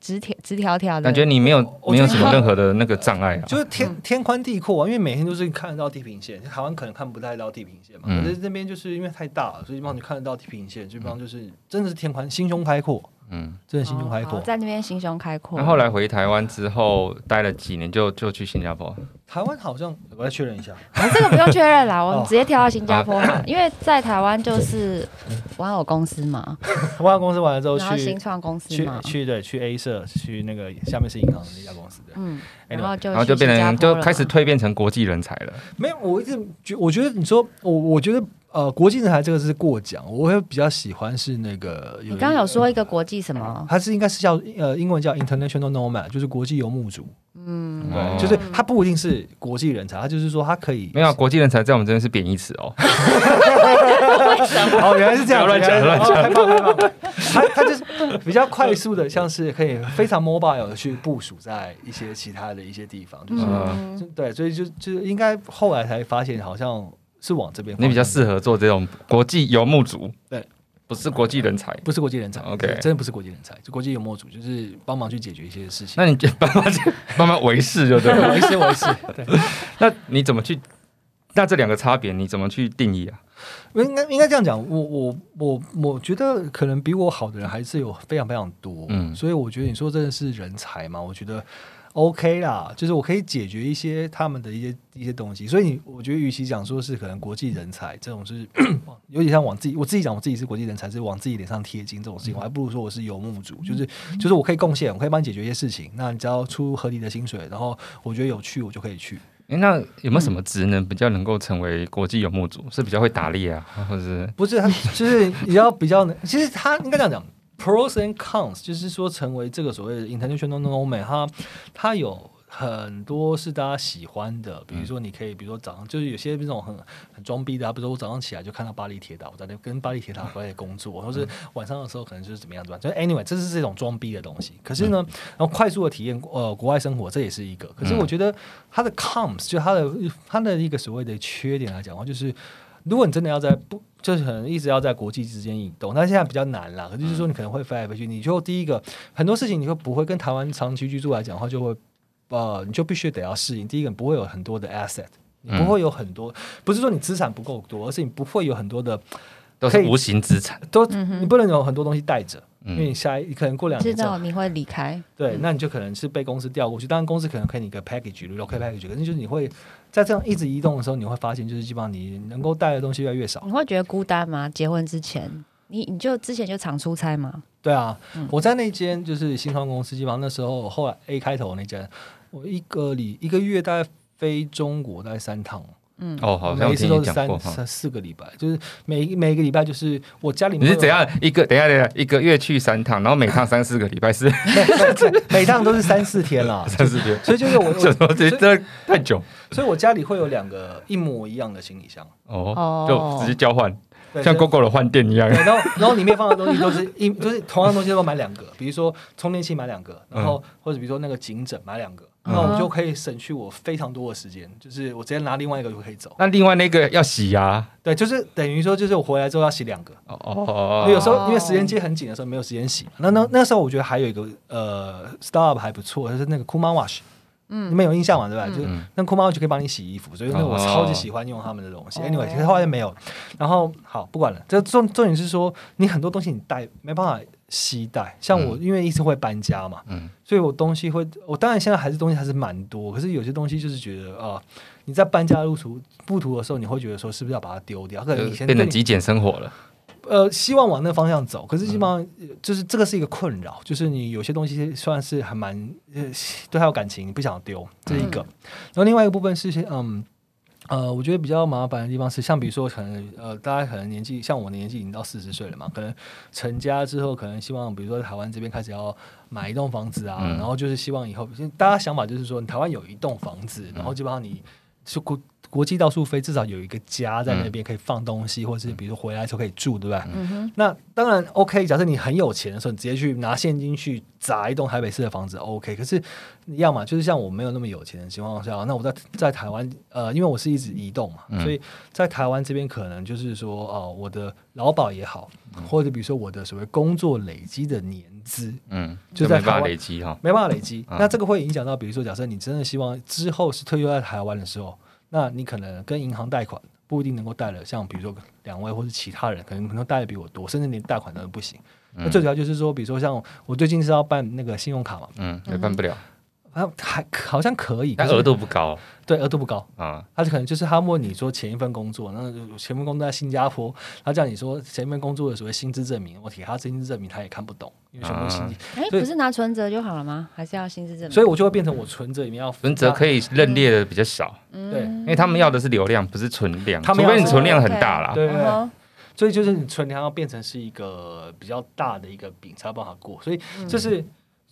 直条直条条的。感觉你没有我没有我觉什得么任何的那个障碍啊。就是天天宽地阔啊，因为每天都是看得到地平线，台湾可能看不太到地平线嘛。嗯可是那边就是因为太大了，所以基本上你看得到地平线，基本上就是真的是天宽，心胸开阔，嗯，真的心胸开哦好阔。在那边心胸开阔。那后来回台湾之后待了几年就，就去新加坡。台湾好像我来确认一下，啊这个不用确 认啦，我哦们直接跳到新加坡嘛，因为在台湾就是玩偶公司嘛，台湾公司完了之后然后新去创公司去嘛，去对去 A 社去那个下面是银行的那家公司的。嗯， Anyway，然后就然后就去变新加成坡了就嘛开始蜕变成国际人才了，没有，我一直觉我觉得你说我我觉得呃国际人才这个是过奖，我会比较喜欢是那个你一刚刚有说一个国际什么？它是应该是叫呃英文叫 international nomad，就是国际游牧族。嗯，对，哦就是他不一定是国际人才，他就是说他可以嗯没有啊国际人才在我们这边是贬义词哦。 哦，原来是这样，不要乱讲原来是乱讲哦太棒太棒！他他就是比较快速的，像是可以非常 mobile 的去部署在一些其他的一些地方，就是、嗯就对，所以就就应该后来才发现好像是往这边发展，你比较适合做这种国际游牧族，对，不是国际人才。不是国际人才 OK 真的不是国际人才，就国际游牧组就是帮忙去解决一些事情那。你就 慢慢慢慢维持就 对了。我一些我一些，对，那你怎么去？那这两个差别你怎么去定义啊？应该应该这样讲，我我我我觉得可能比我好的人还是有非常非常多，嗯所以我觉得你说真的是人才嘛，我觉得 OK 啦，就是我可以解决一些他们的一些一些东西，所以你我觉得与其讲说是可能国际人才这种是 有点像往自己我自己讲我自己是国际人才是往自己脸上贴金这种事情，我还不如说我是游牧族，就是就是我可以贡献，我可以帮你解决一些事情，那你只要出合理的薪水，然后我觉得有趣，我就可以去。诶那有没有什么职能比较能够成为国际游牧族？是比较会打猎啊，或者是不是，他就是比较比较， 其实他应该这样讲，pros and cons，就是说成为这个所谓的 international nomad，他他有很多是大家喜欢的，比如说你可以，比如说早上就是有些那种很很装逼的、啊，比如说我早上起来就看到巴黎铁塔，我在那跟巴黎铁塔关系工作，或是晚上的时候可能就是怎么样怎么样，就是 anyway，这是这种装逼的东西。可是呢，然后快速的体验呃国外生活，这也是一个。可是我觉得它的 comes 就它的它的一个所谓的缺点来讲的话，就是如果你真的要在不就是可能一直要在国际之间移动，但现在比较难啦。可是嗯就是说你可能会飞来飞去，你就第一个很多事情你就不会跟台湾长期居住来讲的话，就会呃你就必须得要适应。第一个你不会有很多的 asset，你嗯不会有很多，不是说你资产不够多，而是你不会有很多的都可是以无形资产。都嗯你不能有很多东西带着，因为嗯你下一可能过两知年之后道嗯你会离开，对，那你就可能是被公司调过去，当然公司可能给你一个 package、local package，可是就是你会在这样一直移动的时候，你会发现就是基本上你能够带的东西越来越少你。会觉得孤单吗？结婚之前，你你就之前就常出差吗？对啊，我在那间就是新创公司，基本上那时候后来 A 开头那间，我一个礼一个月大概飞中国大概三趟，哦，好像每我一次听都你是讲过三哈。三四个礼拜，就是每一每一个礼拜就是我家里你面会是有怎样一个？等一下，等一下，一个月去三趟，然后每趟三四个礼 拜是，每趟都是三四天啦 三四天，所以就是我我就说这这太久所以我家里会有两个一模一样的行李箱，哦哦，就直接交换，对像就 GoGo 的换电一样对，。然后然后里面放的东西都是一，就是同样东西都买两个，比如说充电器买两个，然后或者比如说那个颈枕买两个，嗯那我就可以省去我非常多的时间，就是我直接拿另外一个就可以走。 那另外那个要洗牙。对，就是等于说就是我回来之后要洗两个，哦哦哦有时候因为时间接很紧的时候没有时间洗。那那那时候我觉得还有一个呃 s t a r u p 还不错，就是那个 Kuma Wash。嗯，你们有印象嘛？对吧？就是那 Kuma Wash 可以帮你洗衣服，所以那哦个我超级喜欢用他们的东西。哦 anyway，其实后来没有。然后好，不管了。这重重点是说，你很多东西你带没办法携带。像我，因为一直会搬家嘛，嗯所以我东西会，我当然现在还是东西还是蛮多，可是有些东西就是觉得啊、你在搬家路途路途的时候，你会觉得说是不是要把它丢掉？可能以前变对成你极简生活了。呃，希望往那方向走，可是基本上呃就是这个是一个困扰，就是你有些东西算是还蛮呃对他有感情，你不想丢，这一个。然后另外一个部分是嗯。呃，我觉得比较麻烦的地方是，像比如说，可能呃，大家可能年纪，像我的年纪已经到四十岁了嘛，可能成家之后，可能希望，比如说台湾这边开始要买一栋房子啊，嗯然后就是希望以后，大家想法就是说，你台湾有一栋房子，然后基本上你是国国际到处飞，至少有一个家在那边可以放东西，或者是比如说回来的时候可以住，对吧？嗯哼，那当然 OK，假设你很有钱的时候，你直接去拿现金去砸一栋台北市的房子 OK。可是，你要么就是像我没有那么有钱的情况下，那我在在台湾，呃，因为我是一直移动嘛，嗯所以在台湾这边可能就是说，哦、我的劳保也好，嗯或者比如说我的所谓工作累积的年资，嗯，就在没办台法湾累积哈。没办法累积。嗯那这个会影响到，比如说，假设你真的希望之后是退休在台湾的时候，那你可能跟银行贷款不一定能够贷了，像比如说两位或是其他人，可能可能贷的比我多，甚至连贷款都不行。嗯那最主要就是说，比如说像我最近是要办那个信用卡嘛，嗯，也办不了，啊，还好像可以，但可是额度不高对额度不高，啊。他就可能就是他问你说前一份工作，那前一份工作在新加坡，他叫你说前一份工作的所谓薪资证明，我给他薪资证明他也看不懂，因为全部是薪资，哎，所以不是拿存折就好了吗？还是要薪资证明？所以我就会变成我存折里面要嗯存折可以嗯认列的比较少，对。因为他们要的是流量，不是存量。他除们要非你存量很大啦。对对对嗯哼所以就是你存粮要变成是一个比较大的一个饼，才有办法过。所以嗯这是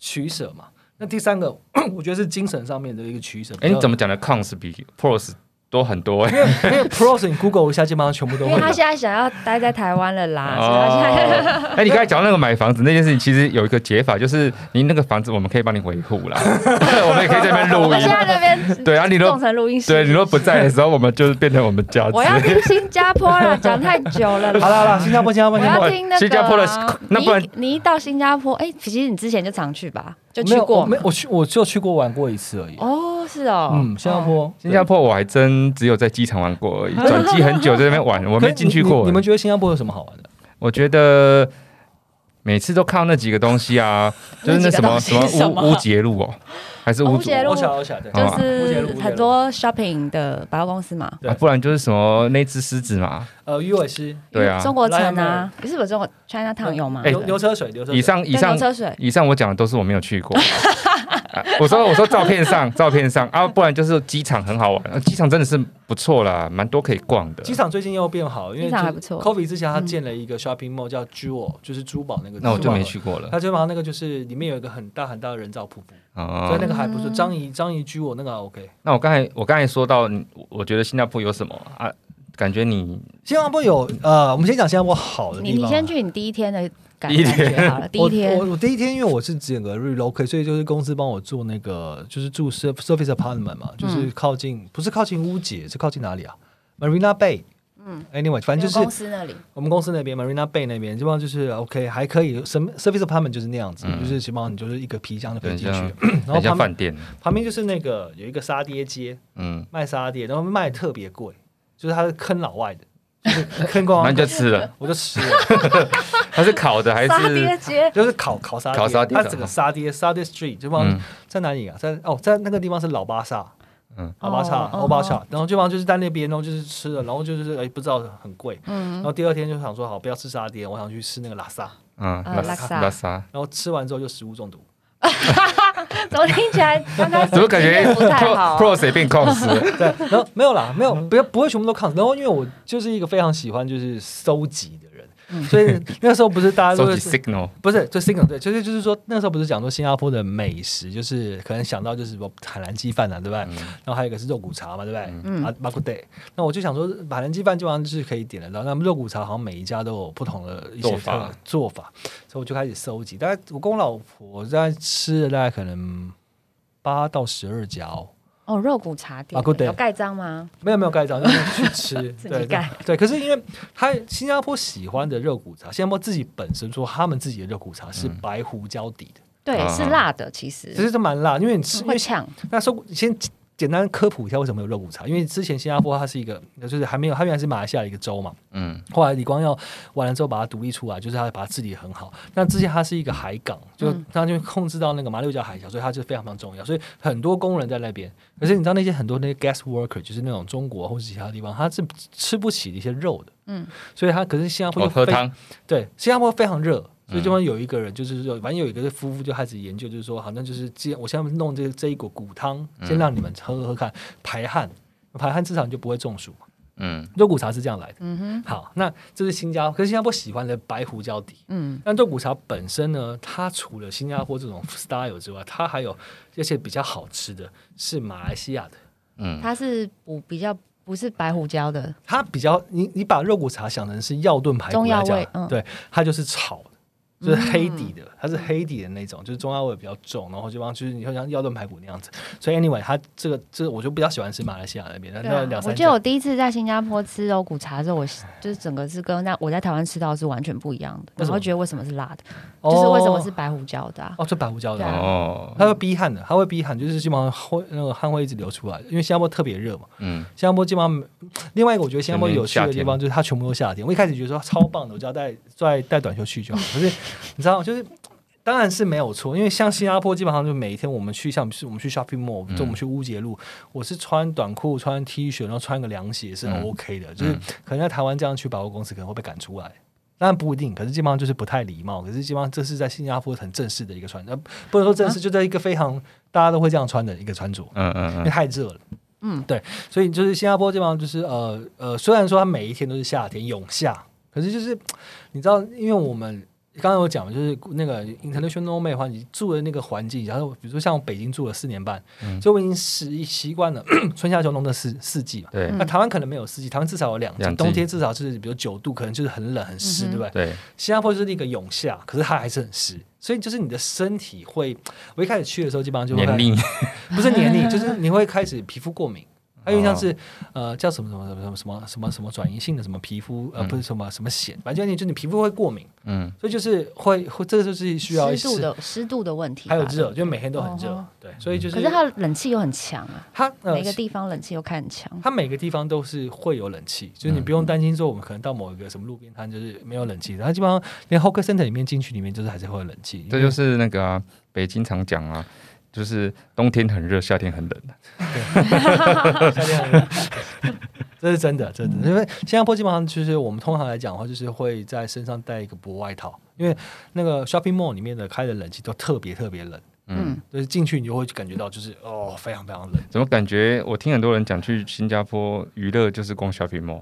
取舍嘛。那第三个， 我觉得是精神上面的一个取舍。哎，你怎么？么讲的？Cons 比 Pros 多很多哎。因为因为 Pros 你 Google 一下，基本上全部都因会为有。他现在想要待在台湾了啦，所以他现在 哦， 哎，你刚才讲到那个买房子那件事情，其实有一个解法，就是你那个房子我们可以帮你维护 啦，我们也可以在那边我录们现音。在这边对啊，你弄若成录音室。对你若不在的时候，我们就是变成我们家。我要听新加坡了，讲太久了好啦。了好了，新加坡，新加坡，我新加坡要听那个啊新加坡的那不然你你一到新加坡，哎，其实你之前就常去吧，就没去有过我没嘛有，。我去，我就去过玩过一次而已。哦，是哦，嗯，新加哦。坡，新加坡我还真只有在机场玩过而已，转机很久在那边玩，我我没进去过。你们觉得新加坡有什么好玩的？我觉得每次都看到那几个东西啊， 就是那什么那几个东西是什什么么乌乌节路哦，还是乌乌节路我想，我想，对，好啊就是很多 shopping 的百货公司嘛，啊，不然就是什么那只狮子嘛。呃，鱼尾狮，嗯对啊，中国城啊，你是不是中国 China Town 有吗？流流车水，流车水以上以对上流车水，以上我讲的都是我没有去过。啊我说我说照片上，照片上啊，不然就是机场很好玩，啊机场真的是不错啦，蛮多可以逛的。机场最近又变好，因为机场还不错 Coffee 之前他嗯建了一个 shopping mall 叫 Jewel，就是珠宝那个。那我就没。去过了他基本上那个就是里面有一个很大很大的人造瀑布，啊所以哦。那个还不错。嗯张仪张仪居我那个还 OK，那我刚才我刚才说到，你我我觉得新加坡有什么啊？感觉你新加坡有呃，我们先讲新加坡好的地你方啊。你先去你第一天的感第一感天觉好了，第一天我我我第一天因为我是整个 relocate，所以就是公司帮我做那个就是住 sur- surface apartment 嘛，嗯就是靠近、不是靠近乌节，是靠近哪里啊？Marina Bay。嗯，anyway，反正就有是公司那里，我们公司那边 Marina Bay 那边，基本上就是 OK，还可以。什么 surface apartment 就是那样子，嗯就是基本上你就是一个皮箱就可以很进像去， 然后很像旁边饭店，旁边就是那个有一个沙爹街，嗯，卖沙爹，然后卖得特别贵，就是它是坑老外的，就是坑光那光就吃了。我就吃了，它是烤的还沙爹是？街，就是烤烤沙爹，啊烤沙爹它整个沙爹沙爹 street 就帮、嗯在哪里啊？在哦，在那个地方是老巴萨，嗯，老巴萨，哦欧巴萨，然后基本上就是在那边，然后就是吃了，然后就是哎不知道很贵，然嗯，后第二天就想说好不要吃沙爹，我想去吃那个啊拉萨，嗯，呃拉拉萨萨拉萨，然后吃完之后就食物中毒，怎么听起来刚开 始怎么感觉经验不太 pro 好 啊？ pro 谁变 cos 了？对，然后没有啦，没有，不要不会全部都抗。然后因为我就是一个非常喜欢就是收集的人，嗯所以那时候不是大家都收会集 signal，不是，就 single 对，就是就是说那时候不是讲说新加坡的美食，就是可能想到就是什么海南鸡饭啊，对不对？嗯然后还有一个是肉骨茶嘛，对不对？嗯啊，马古德。那我就想说，海南鸡饭基本上就是可以点得到，那么肉骨茶好像每一家都有不同的一些做法特做法，所以我就开始搜集。大概我跟我老婆在吃了大概可能八到十二家哦，哦，肉骨茶店啊，good day 有盖章吗？没有没有盖章，就是去吃， 自己对对盖对。可是因为他新加坡喜欢的肉骨茶，新加坡自己本身说他们自己的肉骨茶是嗯白胡椒底的，对，啊是辣的，其其实实都蛮辣，因为你吃，因为会呛。那说先简单科普一下为什么有肉骨茶，因为之前新加坡它是一个，就是还没有，它原来是马来西亚的一个州嘛，嗯，后来李光耀完了之后把它独立出来，就是他把它治理得很好。那之前它是一个海港，就嗯它就控制到那个马六甲海峡，所以它就非常非常重要，所以很多工人在那边。可是你知道那些很多那些 gas worker，就是那种中国或是其他地方，他是吃不起一些肉的，嗯，所以他可是新加坡我就哦喝非汤，对，新加坡非常热，所嗯以这边有一个人就是说，反正有一个夫妇就开始研究，就是说，好像就是既然我现在弄这这一股骨汤，先嗯让你们喝喝看，排汗，排汗至少你就不会中暑嘛。嗯，肉骨茶是这样来的。嗯哼，好，那这是新加坡，可是新加坡喜欢的白胡椒底。嗯，但肉骨茶本身呢，它除了新加坡这种 style 之外，它还有而且比较好吃的是马来西亚的。嗯，它是不比较不是白胡椒的，它比较，你你把肉骨茶想成是药炖排骨中来药讲味，嗯对，它就是炒的，就是黑底的，它是黑底的那种，就是中药味比较重，然后就帮就是你就像药炖排骨那样子。所以 anyway，它这个这个我就比较喜欢吃马来西亚那边，那对那啊两，我三记得我家。第一次在新加坡吃肉骨茶的时候，我是就是整个是跟那我在台湾吃到的是完全不一样的，为什么然后觉得为什么是辣的，就是为什么是哦白胡椒的啊、哦，这白胡椒的对啊哦。哦，它会逼汗的，它会逼汗，就是基本上会那个汗会一直流出来，因为新加坡特别热嘛。嗯，新加坡基本上，另外一个我觉得新加坡有趣的地全部夏方天就是它全部都夏天。我一开始觉得说超棒的，我只要带带带短袖去 就好。可是你知道，就是当然是没有错，因为像新加坡基本上就每一天我们去，像是我们去 shopping mall，就我嗯们去乌节路，我是穿短裤、穿 T 恤，然后穿个凉鞋是嗯 OK 的。就是可能在台湾这样去百货公司可能会被赶出来。当然不一定，可是基本上就是不太礼貌。可是基本上这是在新加坡很正式的一个穿，呃，不能说啊正式，就在一个非常大家都会这样穿的一个穿着。嗯嗯因为 嗯，太热了。嗯，对，所以就是新加坡基本上就是呃呃，虽然说它每一天都是夏天永夏，可是就是你知道，因为我们刚刚有讲，就是那个 international m a 环境住的那个环境，然后比如说像我北京住了四年半，所以我已经习习惯了 春夏秋冬的四四季嘛。对那台湾可能没有四季，台湾至少有两季，两季冬天至少是比如九度，可能就是很冷很湿，嗯哼对不对？对，新加坡就是一个永夏，可是它还是很湿，所以就是你的身体会，我一开始去的时候基本上就会黏 腻，不是黏腻，就是你会开始皮肤过敏。还有像是、呃叫什么什么什么什么什么什么什么转移性的什么皮肤呃嗯不是什么什么癣，反正就是你皮肤会过敏，嗯，所以就是会会这个就是需要湿度的湿度的问题吧，还有热，就每天都很热，哦对，所以就是可是它冷气又很强啊，它呃每个地方冷气又开很强，它每个地方都是会有冷气，就是你不用担心说我们可能到某一个什么路边摊就是没有冷气，然后基本上连 hawker center 里面进去里面就是还是会有冷气，这就是那个啊北京常讲啊，就是冬天很热，夏天很冷，啊夏天很热， 这是真的，真的。因为新加坡基本上就是我们通常来讲的话，就是会在身上带一个薄外套，因为那个 shopping mall 里面的开的冷气都特别特别冷，嗯，就是进去你就会感觉到就是哦，非常非常冷。怎么感觉我听很多人讲去新加坡娱乐就是逛 shopping mall，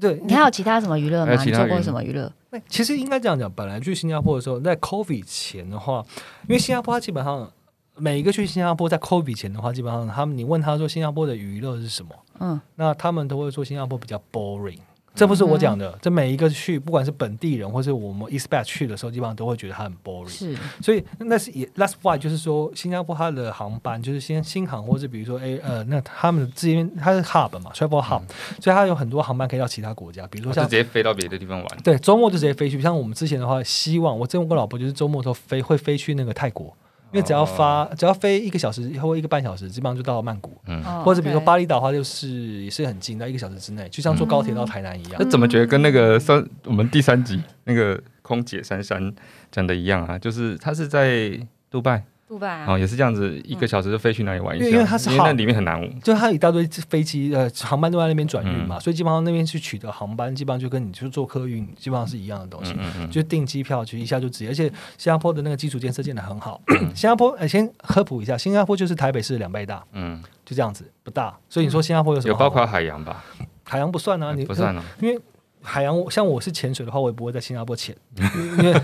对，你还有其他什么娱乐还有吗？其你他做过娱乐什么娱乐？那其实应该这样讲，本来去新加坡的时候，在 COVID 前的话，因为新加坡它基本上每一个去新加坡在 COVID 前的话，基本上他们你问他说新加坡的娱乐是什么，嗯，那他们都会说新加坡比较 boring。这不是我讲嗯的，这每一个去，不管是本地人或是我们 expat 去的时候，基本上都会觉得它很 boring。是，所以那是也 that's why 就是说，新加坡它的航班就是先新航或者比如说哎呃，那他们之间它是 hub 嘛，travel hub，、所嗯以它有很多航班可以到其他国家，比如说就像直接飞到别的地方玩。对，周末就直接飞去。像我们之前的话，希望我之前跟我老婆就是周末的时候飞会飞去那个泰国，因为只要发、哦只要飞一个小时或一个半小时，基本上就到曼谷，哦嗯或者比如说对巴厘岛的话，就是也是很近，在一个小时之内，就像坐高铁到台南一样。那怎么觉得跟那个三我们第三集那个空姐珊珊讲的一样啊？就是她是在杜拜，杜拜啊哦，也是这样子，一个小时就飞去哪里玩一嗯下，因为因为它是那好里面很难。就它有一大堆飞机，呃，航班都在那边转运嗯嘛，所以基本上那边去取得航班，基本上就跟你去做客运基本上是一样的东西。嗯嗯嗯，就订机票，就一下就直接，而且新加坡的那个基础建设建得很好。新加坡，呃，先科普一下，新加坡就是台北市的两倍大，嗯，就这样子，不大。所以你说新加坡有什么有好玩？包括海洋吧？海洋不算啊，你不算哦，因为海洋像我是潜水的话，我也不会在新加坡潜， 因为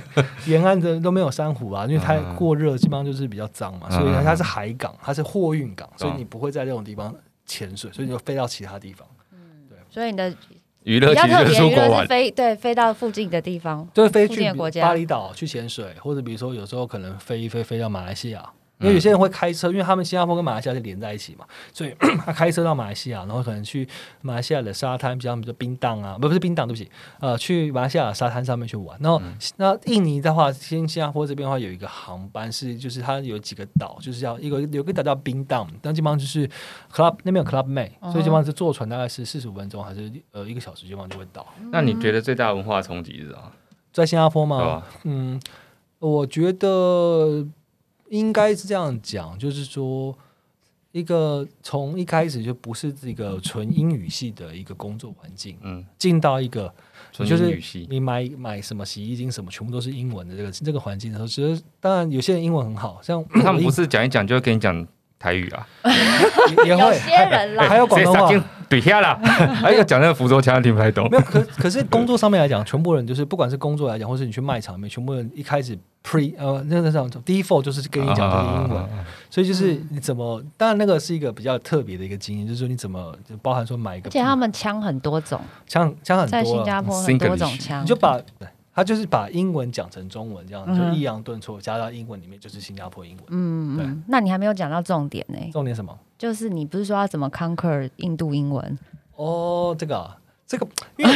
沿岸的都没有珊瑚啊，因为它嗯过热，基本上就是比较脏嘛，所以它是海港，它是货运港，所以懂你不会在这种地方潜水，所以你就飞到其他地方，所以你的娱乐比较其特实就是别的出娱国乐玩是。飞对飞到附近的地方，就会飞附去近的比国家巴厘岛去潜水，或者比如说有时候可能飞一飞飞到马来西亚。因为有些人会开车，因为他们新加坡跟马来西亚是连在一起嘛，所以 他开车到马来西亚，然后可能去马来西亚的沙滩，比较比如说冰岛啊，不不是冰岛，对不起，呃，去马来西亚的沙滩上面去玩。然后、那印尼的话，新新加坡这边的话有一个航班是，就是它有几个岛，就是要一个有个岛叫冰岛，但基本上就是 club 那边有哦 club mate，、所以基本上是坐船大概是四十五分钟还是呃一个小时，基本上就会到。那嗯你觉得最大的文化冲击是啊？在新加坡对嘛，吧？嗯，我觉得应该是这样讲，就是说，一个从一开始就不是这个纯英语系的一个工作环境，嗯，进到一个纯就是英语系，你买买什么洗衣精什么，全部都是英文的这个这个环境的时候，其实当然有些人英文很好，像他我们不英是讲一讲就会跟你讲台语啊，也也有会些人啦，还有广东话。对 下啦，还有讲那个福州腔听不太懂没。有，可可是工作上面来讲，全部人就是不管是工作来讲，或是你去卖场里面，全部人一开始 pre 呃那个叫什么 default 就是跟你讲就是英文，啊所以就是嗯你怎么，当然那个是一个比较特别的一个经验，就是说你怎么就包含说买一个而且他们枪很多种，枪枪很在多新啊，加坡很多种 Singlish 枪，你就把他就是把英文讲成中文这样，嗯就哼抑扬顿挫加到英文里面就是新加坡英文。嗯嗯嗯，那你还没有讲到重点呢、重点什么？就是你不是说要怎么 conquer 印度英文？哦，这个啊，这个，因为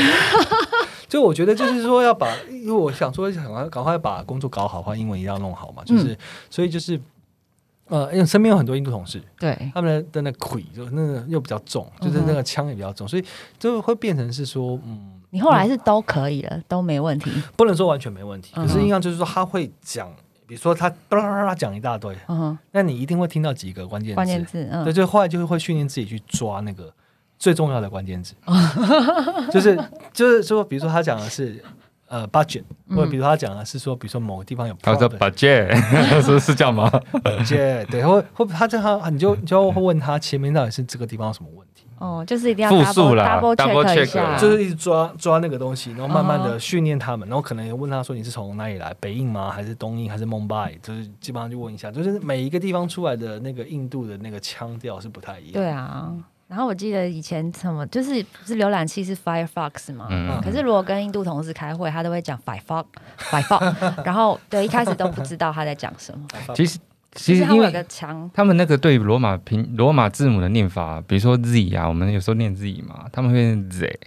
就我觉得就是说要把，因为我想说想要赶快把工作搞好的话，英文一定要弄好嗯嘛，就是、所以就是。呃，因为身边有很多印度同事，对，他们的那魁就那个又比较重，嗯就是那个枪也比较重，所以就会变成是说，嗯，你后来是都可以了，都没问题。不能说完全没问题，嗯可哼是印象就是说他会讲，比如说他巴拉巴拉讲一大堆，嗯哼，那你一定会听到几个关键关键字，字，对，嗯，就后来就会训练自己去抓那个最重要的关键字， 就是就是说，比如说他讲的是呃 budget，或者嗯比如说他讲的是说，比如说某个地方有他说 problem， budget 是是 这样吗？ budget，对，或或他这他你就你就会问他前面到底是这个地方有什么问题，哦，就是一定要复 double 数啦 double double check 一 check 啦下，就是一直抓抓那个东西，然后慢慢哦的训练他们，然后可能也问他说你是从哪里来，北印吗？还是东印？还是孟买？就是基本上就问一下，就是每一个地方出来的那个印度的那个腔调是不太一样。对啊。然后我记得以前什么，就是不是浏览器是 Firefox 嘛？嗯可是如果跟印度同事开会，他都会讲 Firefox Firefox，然后对一开始都不知道他在讲什么。其实其其实实他因们有为个墙，他们那个对罗马拼罗马字母的念法，比如说 z 啊，我们有时候念 z 嘛，他们会念 z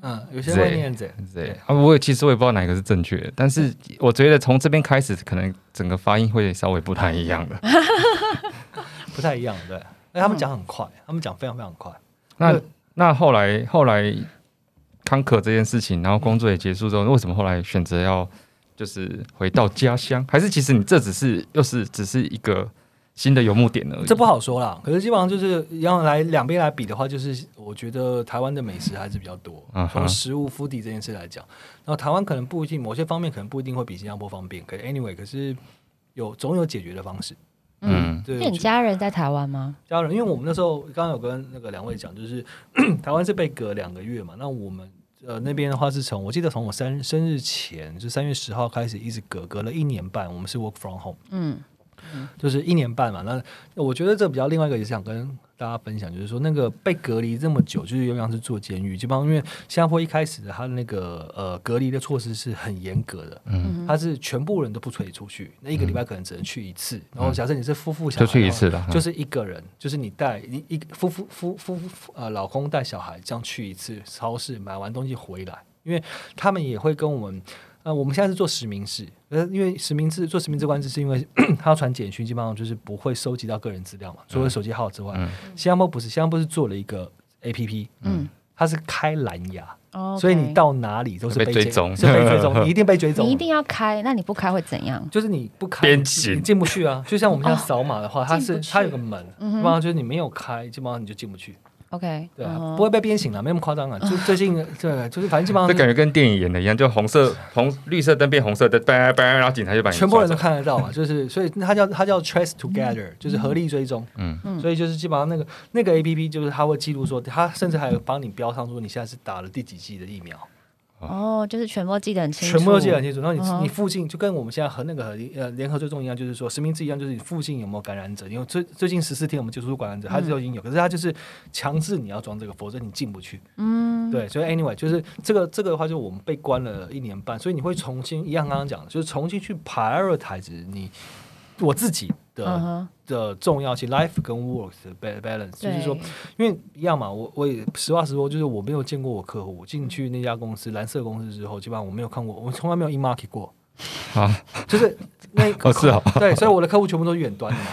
嗯，有些人会念这， z 啊，我也其实我也不知道哪个是正确的，但是我觉得从这边开始，可能整个发音会稍微不太一样的。不太一样，对。哎，他们讲很快，他们讲非常非常快。那对那后来后来康可这件事情，然后工作也结束之后，为什么后来选择要就是回到家乡？还是其实你这只是又是只是一个新的游牧点而已？这不好说啦，可是基本上就是要来两边来比的话，就是我觉得台湾的美食还是比较多嗯。哼从食物腹地这件事来讲，然后台湾可能不一定某些方面可能不一定会比新加坡方便，可是 anyway，可是有总有解决的方式。嗯，嗯，对，那你家人在台湾吗？家人，因为我们那时候刚刚有跟那个两位讲，就是 台湾是被隔两个月嘛，那我们呃那边的话是从我记得从我生生日前，就三月十号开始一直隔隔了一年半，我们是 work from home，嗯，就是一年半嘛。那我觉得这比较另外一个也是想跟大家分享，就是说那个被隔离这么久，就是有点像是坐监狱，基本上因为新加坡一开始的它的那个呃隔离的措施是很严格的，嗯它是全部人都不可以出去，那一个礼拜可能只能去一次，然后假设你是夫妇小孩嗯就去一的话次了，啊就是是一个人，就是你带你一夫夫夫夫夫呃老公带小孩这样去一次超市买完东西回来，因为他们也会跟我们。呃，我们现在是做实名制，呃，因为实名制做实名制官制是因为 他要传简讯，基本上就是不会收集到个人资料嘛，除了手机号之外，嗯新加坡不是，新加坡是做了一个 A P P，嗯，它是开蓝牙，哦，所以你到哪里都是被监追踪是被追 踪，你一定被追踪，你一定要开，那你不开会怎样？就是你不开，边你境你进不去 啊。就像我们现在扫码的话，它哦进是不去它有个门，嗯基哼本上就是你没有开，基本上你就进不去。 OK，对啊，嗯哼不会被鞭刑了，没那么夸张 啊。就最近对，就是反正基本上这感是觉跟电影演的一样，就红色红绿色灯变红色灯，叭叭，然后警察就把你全部人都抓走看得到嘛，就是所以它叫它叫 trace together，就是合力追踪。嗯嗯所以就是基本上那个那个 A P P 就是它会记录说，它甚至还有帮你标上说你现在是打了第几剂的疫苗。哦，就是全部记得很清楚，全部都记得很清楚。然后你、嗯哼你附近就跟我们现在和那个呃联合追踪一样，就是说实名制一样，就是你附近有没有感染者。因为最最近十四天我们接触感染者，嗯他就已经有，可是他就是强制你要装这个，否则你进不去。嗯，对，所以 anyway 就是这个这个的话，就我们被关了一年半，所以你会重新一样刚刚讲的，就是重新去 prioritize 你我自己的、嗯哼，的重要性，life 跟 work 的 ba- balance，就是说对，因为一样嘛，我我也实话实说，就是我没有见过我客户。我进去那家公司蓝色公司之后，基本上我没有看过，我从来没有 in market 过， 啊，就是那 哦是哦， 对，所以我的客户全部都是远端的嘛。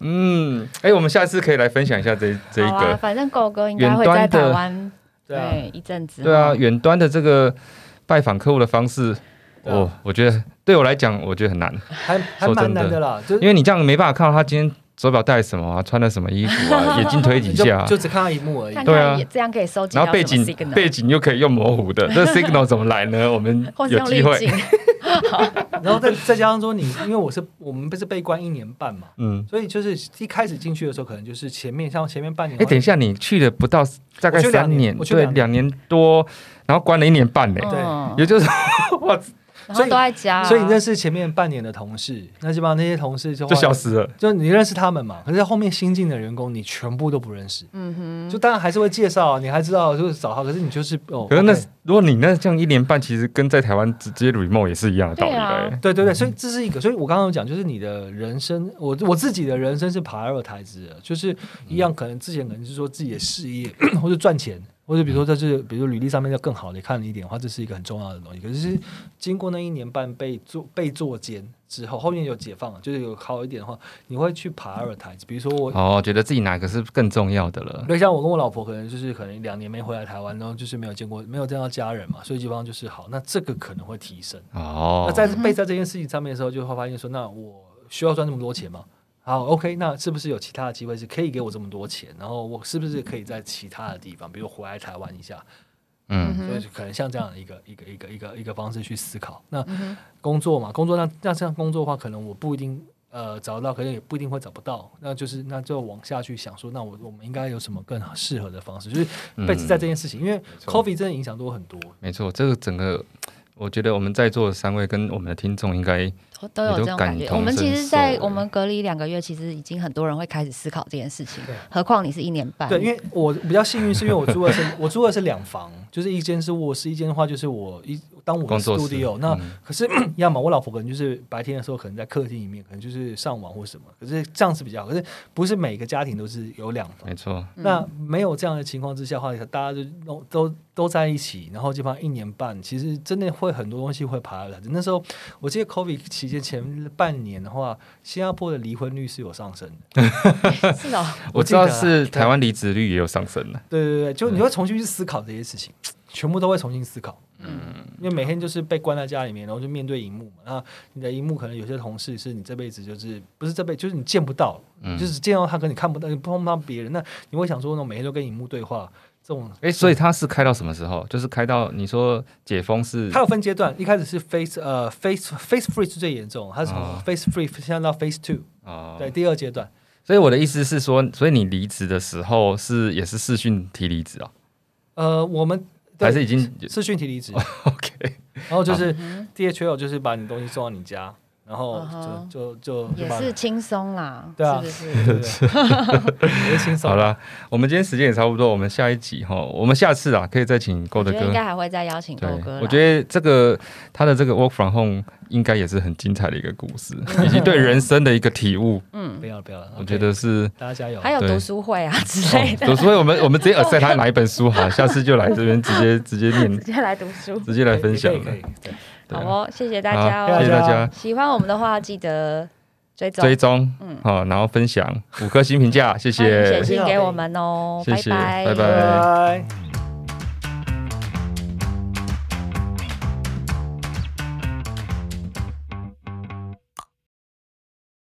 嗯，哎，我们下次可以来分享一下这一这一好啊，个，反正狗哥应该会在台湾对啊，一阵子，哦对啊，，远端的这个拜访客户的方式，对啊哦，我觉得对我来讲，我觉得很难，还还说蛮真的难的啦，就是因为你这样没办法看到他今天手表戴什么啊，穿了什么衣服 啊，眼睛推几你下啊就，就只看到一幕而已看。对啊看也这样可以收集然到后背什么景 signal，背景又可以用模糊 的，这 signal 怎么来呢？我们或是有用机滤会，镜，然后再再加上说你，因为我是我们不是被关一年半嘛，嗯，所以就是一开始进去的时候，可能就是前面像前面半年，哎，等一下，你去了不到大概我去两三年我去对，两两年多，然后关了一年半呢， 对嗯也哦就是哇，然后都在家，啊所以你认这识前面半年的同事，那基本上那些同事就就消失了。就你认识他们嘛，可是后面新进的员工你全部都不认识，嗯就当然还是会介绍，你还知道就是找他，可是你就是哦，可是那 OK 如果你那这样一年半，其实跟在台湾直接 remote 也是一样的道理对啊嘞。对对对，所以这是一嗯个，所以我刚刚有讲，就是你的人生，我我自己的人生是爬二台子的，就是一样，可能之前可能是说自己的事业 或者赚钱，或者比如说这是比如说履历上面要更好的看了一点的话，这是一个很重要的东西。可嗯是经过那一年半被做被做监之后，后面有解放了，就是有好一点的话，你会去爬二台子，比如说我哦，觉得自己哪个是更重要的了？对，像我跟我老婆可能就是可能两年没回来台湾，然后就是没有见过，没有见到家人嘛，所以基本上就是好，那这个可能会提升。哦那，在被在这件事情上面的时候，就会发现说，那我需要赚这么多钱吗？好，OK，那是不是有其他的机会是可以给我这么多钱？然后我是不是可以在其他的地方，比如回来台湾一下？嗯，所以哼，就可能像这样的一个一个一个一个一个方式去思考。那嗯哼，工作嘛，工作那那这样工作的话，可能我不一定呃找得到，可能也不一定会找不到。那就是那就往下去想说，那我我们应该有什么更适合的方式？就是嗯被在这件事情，因为错 COVID 真的影响到我很多。没错，这个整个。我觉得我们在座的三位跟我们的听众应该都都有这种感也觉。都感同我们其实，在身受我们隔离两个月，其实已经很多人会开始思考这件事情对，何况你是一年 半，对，因为我比较幸运，是因为我住的是我住的是两房，就是一间是卧室，一间的话就是我一当我的工作室 studio。那嗯可是 一样嘛，我老婆可能就是白天的时候可能在客厅里面，可能就是上网或什么。可是这样是比较好，可是不是每个家庭都是有两房没。错，那没有这样的情况之下的话，大家就都都都在一起，然后基本上一年半，其实真的会很多东西会爬来的。那时候我记得 COVID 期间前半年的话，新加坡的离婚率是有上升的。 是 哦，我记知得道啊是对台湾离职率也有上升了。对对对，就你会重新去思考这些事情，全部都会重新思考。嗯，因为每天就是被关在家里面，然后就面对荧幕嘛。那你的荧幕可能有些同事是你这辈子就是不是这辈，就是你见不到，嗯就是见到他，可你看不到，你碰不到别人。那你会想说，那我每天都跟荧幕对话，这种哎，所以它是开到什么时候？就是开到你说解封是它有分阶段，一开始是 face 呃 face face free 是最严重，它是从哦 face free 现在到 face two，哦，对，第二阶段。所以我的意思是说，所以你离职的时候是也是视讯提离职啊，呃，我们对还是已经视讯提离职， OK？然后就是 DHL 就是把你东西送到你家，然后嗯哼就就就就也把是轻松啦，对啊是不是？对对对， 也是轻松。 好，了，我们今天时间也差不多，我们下一集哈，我们下次啊可以再请够我的觉得哥应。该还会再邀请对欧哥，啦。我觉得这个他的这个 work from home 应该也是很精彩的一个故事，以及对人生的一个体悟。嗯不要了不要了，我 OK，觉得是大家加油。还有哦对读书会啊之类的，哦所以我们我们直接 accept 他哪一本书好，下次就来这边直接直接念 直，接来读书。直接来也分享也可了以。可以对哦对好啊哦，谢谢大家谢好谢谢谢大大家家喜欢我们的话，记得追踪，追踪，好，然后分享五颗星评价，谢欢迎谢写。信给我们哦，谢谢拜拜拜拜拜。